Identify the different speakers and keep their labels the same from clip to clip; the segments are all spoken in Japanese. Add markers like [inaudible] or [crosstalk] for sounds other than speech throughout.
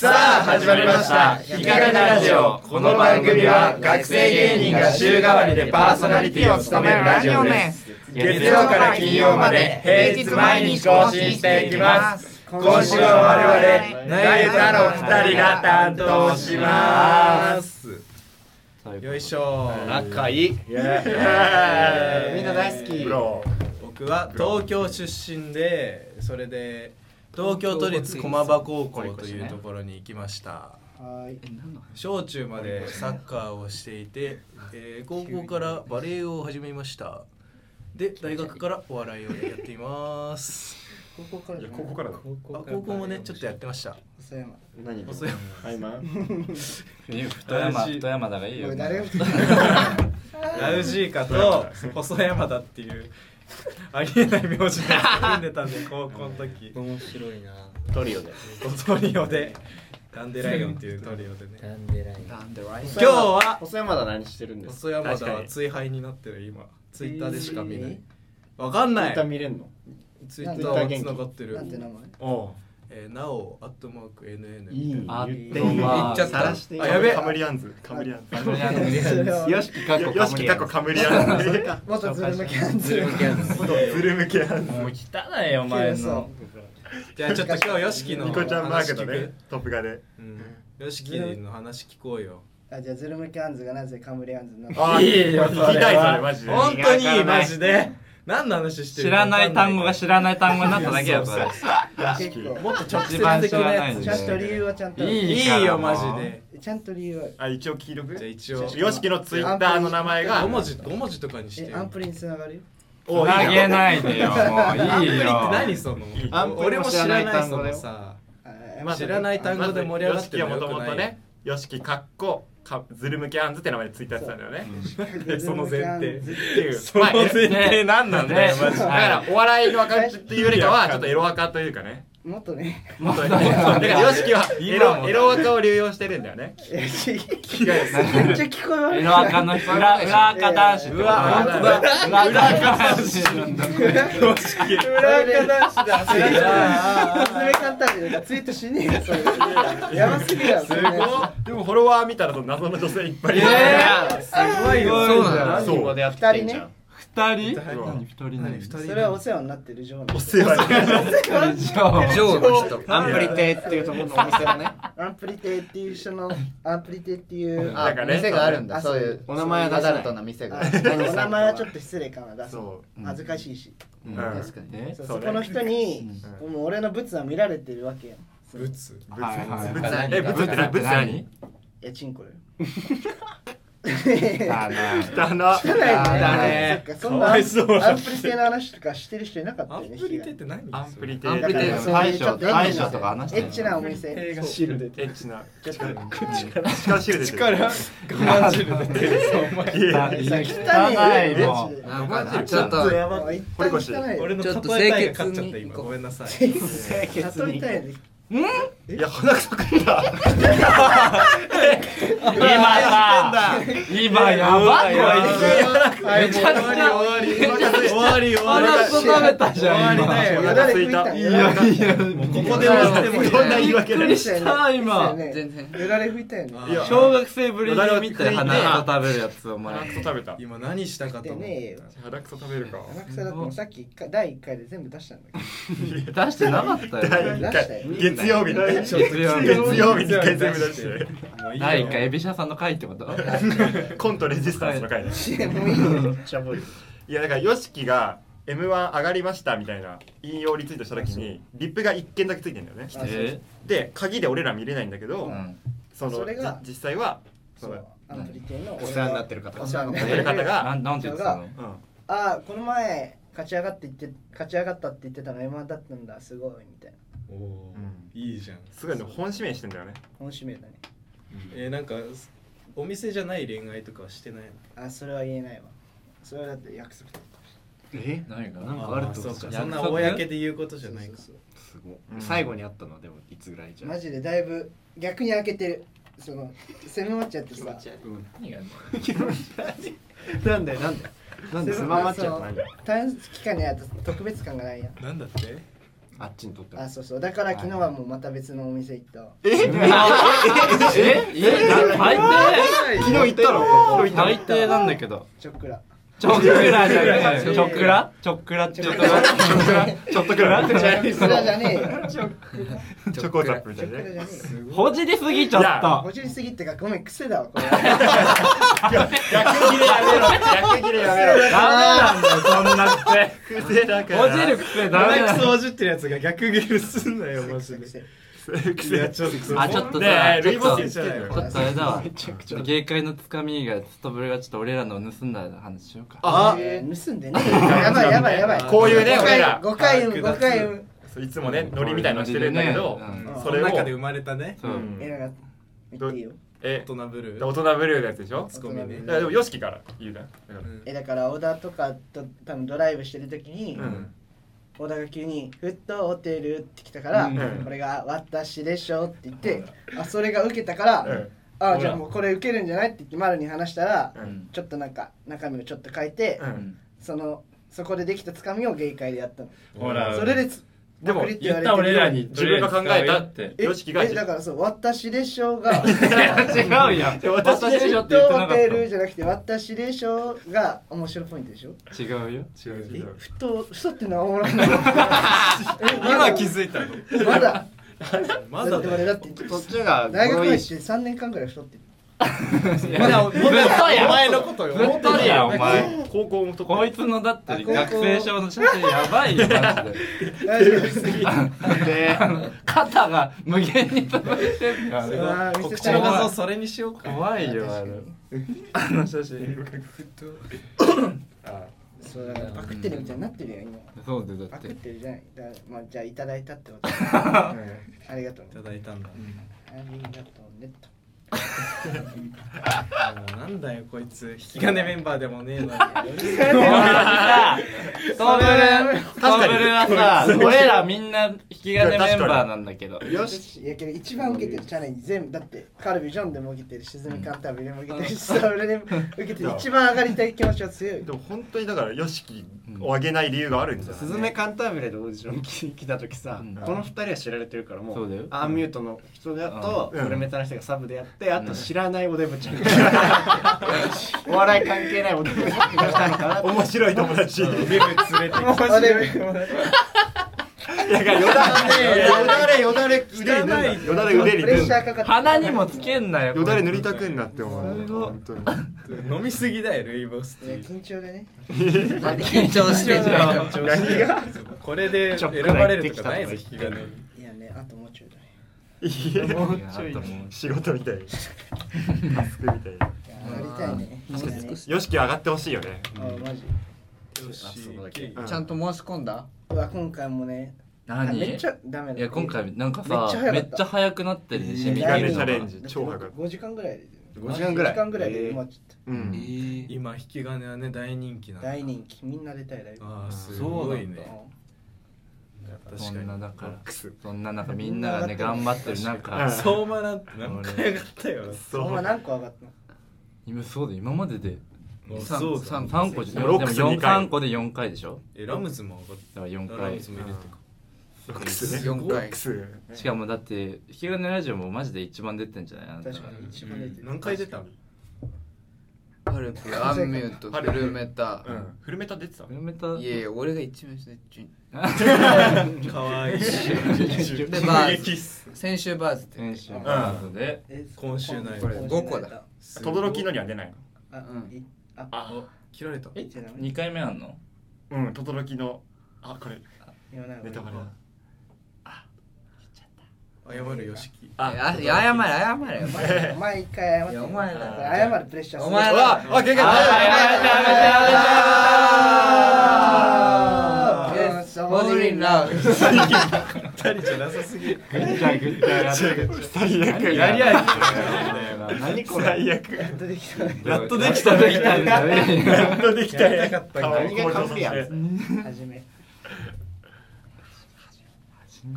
Speaker 1: 始まりました日がなラジオこの番組は学生芸人が週替わりでパーソナリティを務めるラジオです月曜から金曜まで平日毎日更新していきます今週は我々ナイタの2人が担当しますよいしょ
Speaker 2: 仲いい [laughs]
Speaker 1: ーイ
Speaker 3: みんな大好き
Speaker 1: ブロ
Speaker 2: 僕は東京出身でそれで東京都立駒場高校というところに行きました
Speaker 3: はい。
Speaker 2: 小中までサッカーをしていて、えー高校からバレエを始めましたで大学からお笑いをやっています
Speaker 3: 高校から
Speaker 1: いや高校からだ
Speaker 3: 高校
Speaker 2: あ
Speaker 3: から
Speaker 2: 高校もねちょっとやってました
Speaker 3: 細山。
Speaker 4: 何
Speaker 2: 細山
Speaker 1: [laughs]
Speaker 5: 富山富山だがいい
Speaker 3: お
Speaker 5: よ
Speaker 3: い誰が
Speaker 2: ラウジーカと細山田っていうありえない名字で住んでたんで高校の時
Speaker 6: 面白いな
Speaker 4: トリオで
Speaker 2: トリオでダンデライオンっていうトリオでね
Speaker 6: ダンデライン
Speaker 2: 今日は
Speaker 4: 細山田何してるんです
Speaker 2: 細山田
Speaker 4: 確か
Speaker 2: は
Speaker 4: に
Speaker 2: 追廃になってる今ツイッターでしか見ないわかんない
Speaker 4: 一旦見れんの
Speaker 2: ツイッターはつながってる
Speaker 3: なんて名前？
Speaker 4: お
Speaker 2: えーなおアットマーク NN
Speaker 4: いい
Speaker 5: あ
Speaker 4: 言っ
Speaker 5: で
Speaker 4: て
Speaker 5: もまあ
Speaker 2: 言っちゃった
Speaker 5: あ
Speaker 2: あやべえ
Speaker 1: カムリアンズカムリアンズ
Speaker 5: のねよしきかっこ
Speaker 1: よしきかっこカムリアンズ
Speaker 3: 元ズル向けなん
Speaker 6: ズル向けやつ
Speaker 1: ズル向けアンズ
Speaker 5: もう汚いよお前の
Speaker 2: じゃあちょっと今日 YOSHIKI の
Speaker 1: ニコちゃんマーク
Speaker 2: 話
Speaker 1: だ
Speaker 2: 聞
Speaker 1: ねトップがで
Speaker 2: くうん、YOSHIKI の話聞こうよ
Speaker 3: あじゃあズル向けアンズがなぜカムリアンズになった？
Speaker 1: あいいよ聞きたいそれマジで
Speaker 2: 本当にいいマジで何の話してる
Speaker 5: 知らない単語が
Speaker 2: ら
Speaker 5: 知らない単語になっただけだそれ
Speaker 3: 結構
Speaker 2: もっと直
Speaker 5: 一番
Speaker 2: 接
Speaker 5: 知
Speaker 2: 的
Speaker 5: ら
Speaker 2: な
Speaker 5: ない
Speaker 2: やつ
Speaker 5: ん
Speaker 3: ち
Speaker 5: で
Speaker 3: ゃんと理由はちゃんと。
Speaker 5: い
Speaker 2: い
Speaker 5: いから
Speaker 2: いよマジで
Speaker 3: ちゃんと理由は。
Speaker 1: あ一応黄色く
Speaker 2: じゃあ一応
Speaker 1: よしきのツイッターの名前
Speaker 2: 5
Speaker 1: が
Speaker 2: 文字5文字とかにして
Speaker 3: え
Speaker 2: よ
Speaker 3: アンプリに繋がるよ。
Speaker 1: お
Speaker 5: 投
Speaker 1: いい
Speaker 5: げ
Speaker 1: よ
Speaker 5: ないでよもういい
Speaker 2: アンプリって何
Speaker 5: よ
Speaker 2: その
Speaker 1: いい
Speaker 2: アンプリ俺も知らないそのさ
Speaker 3: あ
Speaker 1: まあ
Speaker 2: 知らない単語で盛り上がっても
Speaker 1: ま
Speaker 2: よく
Speaker 1: ずよしきはもとも
Speaker 2: な
Speaker 1: と
Speaker 2: い
Speaker 1: ねよしきかっこかズル向けアンズって名前でツイッターやってたんだよね
Speaker 3: ズル向けアンズ
Speaker 1: っていう
Speaker 2: その
Speaker 1: [laughs]
Speaker 2: 前提何なんだよ
Speaker 5: ね
Speaker 2: マジで
Speaker 1: だからお笑いの赤字っていうよりかはちょっとエロ赤というかね
Speaker 3: もっとね。
Speaker 1: だからよしきはエ
Speaker 5: 今も
Speaker 1: ロエロ赤を流用してるんだよね
Speaker 3: えちめっ
Speaker 1: 違うよ
Speaker 3: ちゃ聞こえ悪い。
Speaker 5: エロ赤の人裏裏赤男子ってことだ裏
Speaker 1: うわ
Speaker 5: 赤男子なんだ
Speaker 3: 裏垢男子だ。それ
Speaker 2: いや
Speaker 3: ズル向けアンタジェツイートしねえよそれ。やばすぎだよ。
Speaker 1: すごいでもフォロワー見たらその謎の女性いっぱいいる
Speaker 5: すごいよ
Speaker 4: そうなんだ
Speaker 1: そう
Speaker 4: 何人も出会ってんじゃん
Speaker 5: 二人
Speaker 1: 人
Speaker 5: 何二人何二人
Speaker 3: それはお世話になってるジョー
Speaker 1: お世話に
Speaker 5: 以上
Speaker 6: ジョーの人
Speaker 1: アンプリ
Speaker 6: 亭っていうところのお店のね
Speaker 3: アンプリテっていう人のアンプリテっていう
Speaker 1: なんかね
Speaker 4: 店があるん
Speaker 3: あ
Speaker 4: だそういうお名前は出されたな店が
Speaker 3: あお名前はちょっと失礼かな出すの
Speaker 1: そう
Speaker 3: 恥ずかしいし、
Speaker 4: うん
Speaker 1: ん
Speaker 4: 確かにね
Speaker 3: そう
Speaker 1: そう
Speaker 3: そ
Speaker 1: ね
Speaker 3: この人に、
Speaker 1: う
Speaker 3: もう俺のブツは見られてるわけよ
Speaker 2: ブツ
Speaker 5: はいはい
Speaker 1: ブツ
Speaker 5: はい
Speaker 1: えブツって何ブツって何
Speaker 3: いやチンコだよ
Speaker 5: あな
Speaker 1: あの
Speaker 3: 汚いね
Speaker 5: だね
Speaker 3: そっかそんなア
Speaker 1: かわ
Speaker 3: ン
Speaker 1: いそうだね
Speaker 3: アンプリテの話とかしてる人いなかった
Speaker 2: ア
Speaker 3: よ
Speaker 2: ン
Speaker 3: ね
Speaker 2: プリテって何
Speaker 1: アンプリテ
Speaker 5: アンプリテ
Speaker 3: そう
Speaker 5: 大将
Speaker 3: ちょっとエッチな
Speaker 5: 大将とか話して
Speaker 3: エ
Speaker 5: る
Speaker 3: ッチなお店
Speaker 2: 映画
Speaker 3: そう
Speaker 1: エッチな力力汁出てる
Speaker 2: 我慢汁出てる [laughs] お前
Speaker 5: 汚い
Speaker 3: 汚いね
Speaker 5: もう
Speaker 3: マジで
Speaker 6: なんかなちょっと
Speaker 1: や
Speaker 3: も
Speaker 1: ば
Speaker 3: う
Speaker 1: い
Speaker 3: 一旦汚
Speaker 1: ちょっ
Speaker 3: いよ
Speaker 2: 俺の
Speaker 6: ちょっと
Speaker 2: 例えたいが
Speaker 6: 清潔
Speaker 2: 勝っちゃった
Speaker 6: に
Speaker 2: 今
Speaker 6: 行こう
Speaker 2: ごめんなさい
Speaker 3: 例えたいよね
Speaker 1: いや鼻くそかいた
Speaker 5: 今さ今やばい
Speaker 2: やばい
Speaker 5: よ
Speaker 3: はい
Speaker 5: めちゃくちゃ
Speaker 3: もう
Speaker 1: 終わり終
Speaker 5: あ
Speaker 1: わ
Speaker 5: らそ食べたじゃん
Speaker 2: 終わりだ
Speaker 5: 今
Speaker 2: よ
Speaker 3: よだれ拭いた
Speaker 1: い
Speaker 5: いやいや
Speaker 2: ここで終わってもいい
Speaker 1: そんな言い訳な
Speaker 5: びっく
Speaker 1: い
Speaker 5: りした今
Speaker 3: 全
Speaker 6: 全
Speaker 3: 然
Speaker 6: 然
Speaker 3: よだれ拭いたよね
Speaker 1: いや
Speaker 5: 小学生ぶりに見て鼻と食べるやつお
Speaker 1: 鼻くそ
Speaker 5: 前
Speaker 1: 食べた
Speaker 2: 今何したかと思っ
Speaker 3: ねえよ
Speaker 2: た
Speaker 1: 鼻くそ食べるか
Speaker 3: 鼻くそだってもうさっき一回第1回で全部出したんだけど
Speaker 5: 出してなかったよ
Speaker 1: 第一回月曜日の
Speaker 5: 月
Speaker 1: 月
Speaker 5: 曜日
Speaker 1: 曜日に回全部出して
Speaker 5: 第一回エビシャさんの回ってこと
Speaker 1: コントレジスタンスの回ね
Speaker 3: もういいよ
Speaker 1: いやだから YOSHIKI が m 1上がりましたみたいな引用リツイートした時にリップが1件だけついてんだよね
Speaker 3: あ
Speaker 5: え
Speaker 1: で鍵で俺ら見れないんだけど、
Speaker 5: うん
Speaker 1: その
Speaker 3: それが
Speaker 1: じ実際はそ
Speaker 3: そう
Speaker 1: の
Speaker 3: アンプリテの
Speaker 6: お世話になってる方
Speaker 3: お世話になっ
Speaker 1: や
Speaker 3: て
Speaker 1: ってる
Speaker 3: る
Speaker 1: 方
Speaker 5: な
Speaker 1: が、
Speaker 5: なんて言ってたの
Speaker 1: うん、
Speaker 3: あこの前勝ち上がって言って勝ち上がったって言ってたの M1 だったんだすごいみたいな
Speaker 2: おお
Speaker 1: うん
Speaker 2: ーいいじゃん
Speaker 1: すごいの本指名してんだよね
Speaker 3: 本指名だね
Speaker 2: えーなんかお店じゃない恋愛とかはしてないの
Speaker 3: あそれは言えないわそれはだって約束だっ
Speaker 5: え何かなんかあるって
Speaker 2: そ
Speaker 5: こ
Speaker 2: う
Speaker 5: と
Speaker 2: か
Speaker 5: じゃ
Speaker 2: そんな公で言うことじゃないか
Speaker 1: 最後
Speaker 6: に会ったのはでもいつぐらい
Speaker 3: たマジでだいぶ逆に開けてるその狭まっちゃってさ
Speaker 6: なんだよなんだよなんで狭まっちゃった
Speaker 3: その短期間にあると特別感がないやん
Speaker 2: なんだって
Speaker 6: あっちにとって
Speaker 3: あそうそうだから昨日はもうまた別のお店行った
Speaker 6: 昨日
Speaker 5: ええ最低
Speaker 6: 行ったの
Speaker 5: 最低なんだけど
Speaker 3: チョックラ
Speaker 5: チョックラじゃねえチョックラチョックラチョックラチョックラチョックラ
Speaker 3: チョックラじゃねえよ
Speaker 6: チョコザップみた
Speaker 3: チョ
Speaker 6: い
Speaker 3: ック
Speaker 6: な
Speaker 3: ラじゃねえよ
Speaker 5: ほじりすぎちゃった
Speaker 3: 50すぎってかごめん癖だわこれ
Speaker 1: 逆切れやめろ逆切れやめ
Speaker 5: ダ
Speaker 1: ろ
Speaker 5: メなんだよそんなって
Speaker 1: 癖だから
Speaker 5: ほじる癖ダメな
Speaker 1: 鼻く
Speaker 5: んだ
Speaker 1: そ
Speaker 5: よ
Speaker 1: をじってるやつが逆ギレすんな
Speaker 3: [laughs]
Speaker 1: よマジで
Speaker 3: 癖
Speaker 1: いやちょっと
Speaker 5: あちょっとさ
Speaker 1: ねえ
Speaker 5: ちょっと
Speaker 1: ルイボスティーじゃない
Speaker 5: ちょ
Speaker 1: よ
Speaker 5: っとあれだわ
Speaker 6: めちゃくちゃ
Speaker 5: 芸会のつかみがストブルがちょっと俺らのを盗んだ話しようか
Speaker 1: あ
Speaker 3: えー盗んでねやばいやばいやばい
Speaker 1: こういうね俺ら
Speaker 3: 5回生む5回生む
Speaker 1: そういつもねノリみたいのしてるんだけど
Speaker 5: うん
Speaker 1: そ
Speaker 2: そ
Speaker 1: れ
Speaker 2: の
Speaker 1: を
Speaker 2: 中で生まれたね
Speaker 5: そう
Speaker 1: うん
Speaker 3: えなんか言っていいよ
Speaker 1: え
Speaker 2: 大人ブルー
Speaker 1: 大人ブルーのやつでしょ
Speaker 2: ツッコミね
Speaker 1: いやでも y o s から言うなだから
Speaker 2: うん
Speaker 3: えだから小田とかと多分ドライブしてる時に、
Speaker 1: うん
Speaker 3: 小田が急に「フットホテル」って来たから「
Speaker 1: ん
Speaker 3: これが私でしょ」って言って、あそれが受けたから「
Speaker 1: うん
Speaker 3: あじゃあもうこれ受けるんじゃない?」って言って丸に話したら、
Speaker 1: うん
Speaker 3: ちょっとなんか中身をちょっと変えて、
Speaker 1: うん
Speaker 3: そのそこでできたつかみを芸会でやったの、
Speaker 1: ほら
Speaker 3: それでつ
Speaker 1: でも
Speaker 3: パクリって
Speaker 1: 言
Speaker 3: 言
Speaker 1: っ
Speaker 3: わ
Speaker 1: た
Speaker 3: れてる
Speaker 1: 俺らに自分が考えたっ
Speaker 5: え
Speaker 1: て
Speaker 3: え
Speaker 1: y o s が
Speaker 3: えだからそう「私でしょ」
Speaker 1: [laughs]
Speaker 3: が
Speaker 5: 違うよ私でしょって言ってな
Speaker 3: フットホ
Speaker 5: か
Speaker 3: テル
Speaker 5: っ
Speaker 3: じゃなくて「私でしょ」が面白いポイントでしょ
Speaker 5: た違うよ
Speaker 1: 違う違う
Speaker 3: ふとふとってのはおもろいな
Speaker 2: 今気づいたの
Speaker 3: まだ
Speaker 2: まだ
Speaker 3: って
Speaker 2: だ
Speaker 3: 俺
Speaker 2: よ
Speaker 3: だって
Speaker 6: そっちが
Speaker 3: 大学
Speaker 6: 多
Speaker 3: 入
Speaker 6: い
Speaker 3: って3年間ぐらい太ってる
Speaker 5: まだぶっと
Speaker 1: お
Speaker 5: や
Speaker 1: 前のことよ
Speaker 5: ぶっとやお前
Speaker 1: 高校もと
Speaker 5: こいつのだって学生証の写真やばいよマジで
Speaker 3: 大丈夫です
Speaker 6: で
Speaker 5: 肩が無限に続いてるからね
Speaker 3: あー見
Speaker 2: 告知
Speaker 3: せたい
Speaker 2: の画
Speaker 3: な
Speaker 2: 像それにしようか
Speaker 5: 怖いよあれあの写真
Speaker 3: そうだからパクってるみたいになってるよ今
Speaker 5: そうでだ
Speaker 3: パ
Speaker 5: っ
Speaker 3: ク
Speaker 5: て
Speaker 3: ってるじゃないだからまあじゃあいただいたってことありがとう
Speaker 2: いただいたんだ
Speaker 3: ありがとうねと
Speaker 2: もうなんだよこいつ引き金メンバーでもねえな
Speaker 5: さストブルストブルはさ俺らみんな引き金メンバーなんだけど
Speaker 6: [laughs]
Speaker 3: よしいやけど一番受けてるチャレンジ全部だってカルビジョンでも受けてる沈みカンタービでも受けてるしさ俺でも受けてる一番上がりたい気持ちは強い
Speaker 1: でも本当にだから y o s をあげない理由があるんじゃ
Speaker 6: スズメカンターブレでオーディション来来た時さ、
Speaker 5: うん
Speaker 6: この二人は知られてるからも
Speaker 5: そうだよ
Speaker 6: アンミュートの人だと、
Speaker 1: うん
Speaker 6: プレメタの人がサブでやって、あ
Speaker 5: う
Speaker 6: と
Speaker 5: ん
Speaker 6: 知らないおデブちゃん、お笑い関係ないおデブちゃんが来たのかな
Speaker 1: 面白い友達
Speaker 2: デブ連れてき
Speaker 3: あでも
Speaker 1: だからよだれよだれよだれ腕に塗るんだよだれ腕に
Speaker 3: プ
Speaker 1: 塗
Speaker 3: レッ
Speaker 1: る
Speaker 3: シ
Speaker 1: ん
Speaker 3: ャ
Speaker 1: だ
Speaker 3: ーかかって
Speaker 5: 鼻にもつけんなよ
Speaker 1: よだれ塗りたくんなって思う
Speaker 5: すごい
Speaker 1: 本当に
Speaker 2: た飲みすぎだよルイボステ
Speaker 3: いや
Speaker 2: ィー
Speaker 3: 緊張でね
Speaker 4: 緊張してるじゃん
Speaker 5: [laughs]
Speaker 1: 何が
Speaker 2: これで選ばれるとかないぞ引き金
Speaker 3: いやねあともうちょいだね
Speaker 1: いや
Speaker 5: もうちょいね
Speaker 1: 仕事みたいにタスクみたいに
Speaker 3: いや上がりたいね確かに
Speaker 1: y o s 上がってほしいよね
Speaker 3: あマジ
Speaker 2: よし
Speaker 1: うん
Speaker 4: ちゃんと申し込んだ
Speaker 3: うわ今回もねあ
Speaker 5: 何
Speaker 3: めっちゃダメだ
Speaker 5: いや今回なんかさ
Speaker 3: めっちゃ早か
Speaker 5: め
Speaker 3: った
Speaker 5: っちゃ早くなってるねシミ
Speaker 1: 引き
Speaker 5: が
Speaker 1: 金チャレンジ超早かった
Speaker 3: 5時間ぐらいで
Speaker 6: 5時間ぐらい
Speaker 3: 5時間ぐらいで
Speaker 6: えー
Speaker 3: 今ちょっ
Speaker 5: え
Speaker 1: うん
Speaker 5: ー
Speaker 2: 今引き金はね大人気な
Speaker 3: と
Speaker 2: んだ
Speaker 3: 大人気みんな出たいライブ
Speaker 2: ああす
Speaker 5: そう
Speaker 2: ご
Speaker 5: ないんだ
Speaker 2: ね
Speaker 5: そ
Speaker 2: 確
Speaker 5: んな
Speaker 2: か
Speaker 5: だ
Speaker 2: に
Speaker 5: からそんななんかみんながね頑張ってる
Speaker 1: う
Speaker 5: 中
Speaker 1: ん
Speaker 2: 相馬なんて何回上がったよ
Speaker 1: そ
Speaker 3: そうんな何個上がったの
Speaker 5: 今そうだ今までで
Speaker 2: もう
Speaker 5: 三
Speaker 2: そうだ
Speaker 5: 三三個じゃで
Speaker 1: ロ
Speaker 5: も
Speaker 1: ックス
Speaker 5: 四
Speaker 1: 二回
Speaker 5: 三個で四回でしょ
Speaker 2: えラムズも上がっ
Speaker 5: だから四
Speaker 2: たラム
Speaker 5: 回
Speaker 2: ズも入れてか
Speaker 1: ロックスね
Speaker 4: 四
Speaker 1: ロ
Speaker 4: 回
Speaker 1: ックス
Speaker 5: しかもだって「引き金ラジオ」もマジで一番出てんじゃないあなた
Speaker 3: 確かに一番出てる
Speaker 2: 何回出たの
Speaker 4: パルプアンミュートフルメタ
Speaker 1: うんフルメタ出てた
Speaker 5: フルメタ
Speaker 4: いやいや俺が一番最
Speaker 5: [laughs]
Speaker 4: 初に
Speaker 2: かわいい
Speaker 4: で
Speaker 1: [laughs]
Speaker 4: バー
Speaker 1: 激
Speaker 4: ズ先週バーズって
Speaker 5: 選手バーズで
Speaker 3: えそ
Speaker 2: 今週ないこ
Speaker 3: 今
Speaker 2: れ
Speaker 4: 5個だ
Speaker 1: 轟のには出ないの
Speaker 3: あ
Speaker 4: うん
Speaker 3: い
Speaker 1: あ
Speaker 2: 切られた
Speaker 3: いいじゃない
Speaker 5: 二回目あんの
Speaker 1: うん轟のあこれ
Speaker 3: 言わない方が
Speaker 1: ネ
Speaker 3: いい
Speaker 1: タバレだ
Speaker 2: 謝るよしき
Speaker 4: あいや謝れ謝れ謝れ
Speaker 3: お前一回謝って
Speaker 4: い
Speaker 3: よ
Speaker 4: やお前だ
Speaker 3: 謝るプレッシャーす
Speaker 4: お
Speaker 3: る
Speaker 4: 前
Speaker 1: う
Speaker 4: だ
Speaker 1: わあ、けが
Speaker 3: あー
Speaker 4: よしボールインラブ
Speaker 2: 二人じゃなさすぎる
Speaker 5: ぐっちゃぐっちゃやってる
Speaker 1: 最悪
Speaker 5: やりゃいい
Speaker 6: 何これ
Speaker 1: 最悪
Speaker 3: やっとできたね
Speaker 5: やっとできたできたんだね
Speaker 1: やっとできた
Speaker 2: やりた
Speaker 1: よ
Speaker 2: かったんだ
Speaker 1: 顔向上させて
Speaker 3: 初め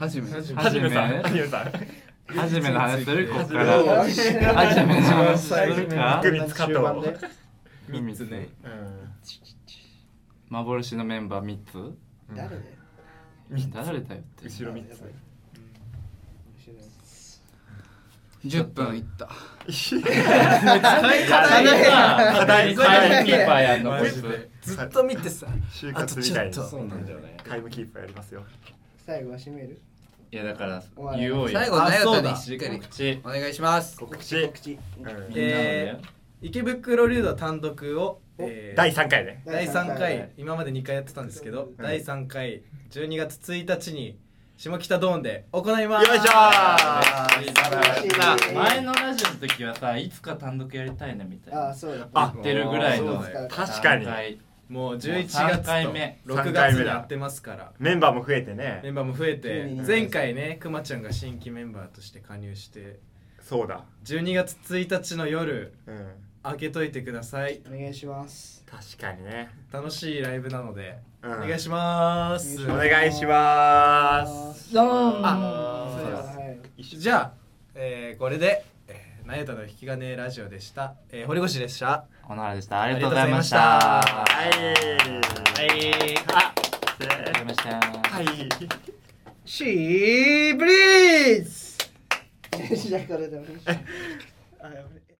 Speaker 4: はじめ
Speaker 1: はじめさん
Speaker 5: ね
Speaker 1: はじめさん
Speaker 5: はじめの話するこっか
Speaker 2: あ
Speaker 5: ら
Speaker 3: よ
Speaker 5: は
Speaker 3: し
Speaker 5: じめの話するか
Speaker 1: グミツ加藤
Speaker 6: 終盤で
Speaker 2: 三つね
Speaker 1: うん
Speaker 5: 幻のメンバー3つ
Speaker 3: 誰だよ
Speaker 5: 誰だよって
Speaker 1: 後ろ3つ
Speaker 4: 10分いった
Speaker 5: 課題だ課題
Speaker 3: 課題
Speaker 5: キーパーやんの
Speaker 1: マ
Speaker 5: こい
Speaker 1: ジ
Speaker 5: つ
Speaker 1: で
Speaker 2: ずっと見てさ
Speaker 1: 就活みたいに
Speaker 2: あとちょっと
Speaker 5: そうなんだよね
Speaker 1: タイムキーパーやりますよ
Speaker 3: 最後は締める
Speaker 5: いやだから
Speaker 3: 終わり
Speaker 5: 言おうよ
Speaker 4: 最後の
Speaker 2: あそうだ
Speaker 4: にしっかり
Speaker 5: 告知
Speaker 4: お願いします
Speaker 1: 告知
Speaker 3: 口
Speaker 1: うん
Speaker 5: みんなのね
Speaker 2: 池袋流動単独を、えー
Speaker 1: 第3回ね
Speaker 2: 第3
Speaker 3: 第三
Speaker 2: 回今まで2回やってたんですけど、
Speaker 1: ん
Speaker 2: 第3回12月1日に下北ドーンで行いま
Speaker 1: よ
Speaker 2: す
Speaker 1: いしょー
Speaker 3: しい
Speaker 5: 前のラジオの時はさいつか単独やりたいなみたい
Speaker 3: あ
Speaker 5: な
Speaker 3: あそうだ
Speaker 1: あ
Speaker 5: 言ってるぐらい
Speaker 2: そう
Speaker 5: の
Speaker 2: だよ
Speaker 1: 確かに
Speaker 5: 段階
Speaker 2: もう11
Speaker 5: もう
Speaker 2: 月
Speaker 5: 三
Speaker 2: と
Speaker 5: 回目
Speaker 2: 6
Speaker 1: 三回
Speaker 2: 月
Speaker 1: 目
Speaker 2: に
Speaker 1: だ
Speaker 2: やってますから
Speaker 1: メンバーも増えて
Speaker 2: メ
Speaker 1: ね
Speaker 2: ンバーも増えて
Speaker 3: うん
Speaker 2: 前回ねくまちゃんが新規メンバーとして加入して
Speaker 1: そうだ
Speaker 2: 12月1日の夜
Speaker 1: うん
Speaker 2: 開けといてください
Speaker 3: お願いします
Speaker 1: 確かにね
Speaker 2: 楽しいライブなので、
Speaker 1: うん
Speaker 2: お願いします
Speaker 1: お願いします
Speaker 3: どうも
Speaker 2: あ
Speaker 3: それでははい
Speaker 2: じゃあ、えーこれで、えー、なゆたの引き金ラジオでした、えー、堀越でした
Speaker 5: 小野原でしたありがとうございました
Speaker 2: あ
Speaker 6: 哎
Speaker 1: はい
Speaker 5: はいあありがとうございました
Speaker 1: はい
Speaker 3: シーブリーズじゃあこれでもいいしあやべ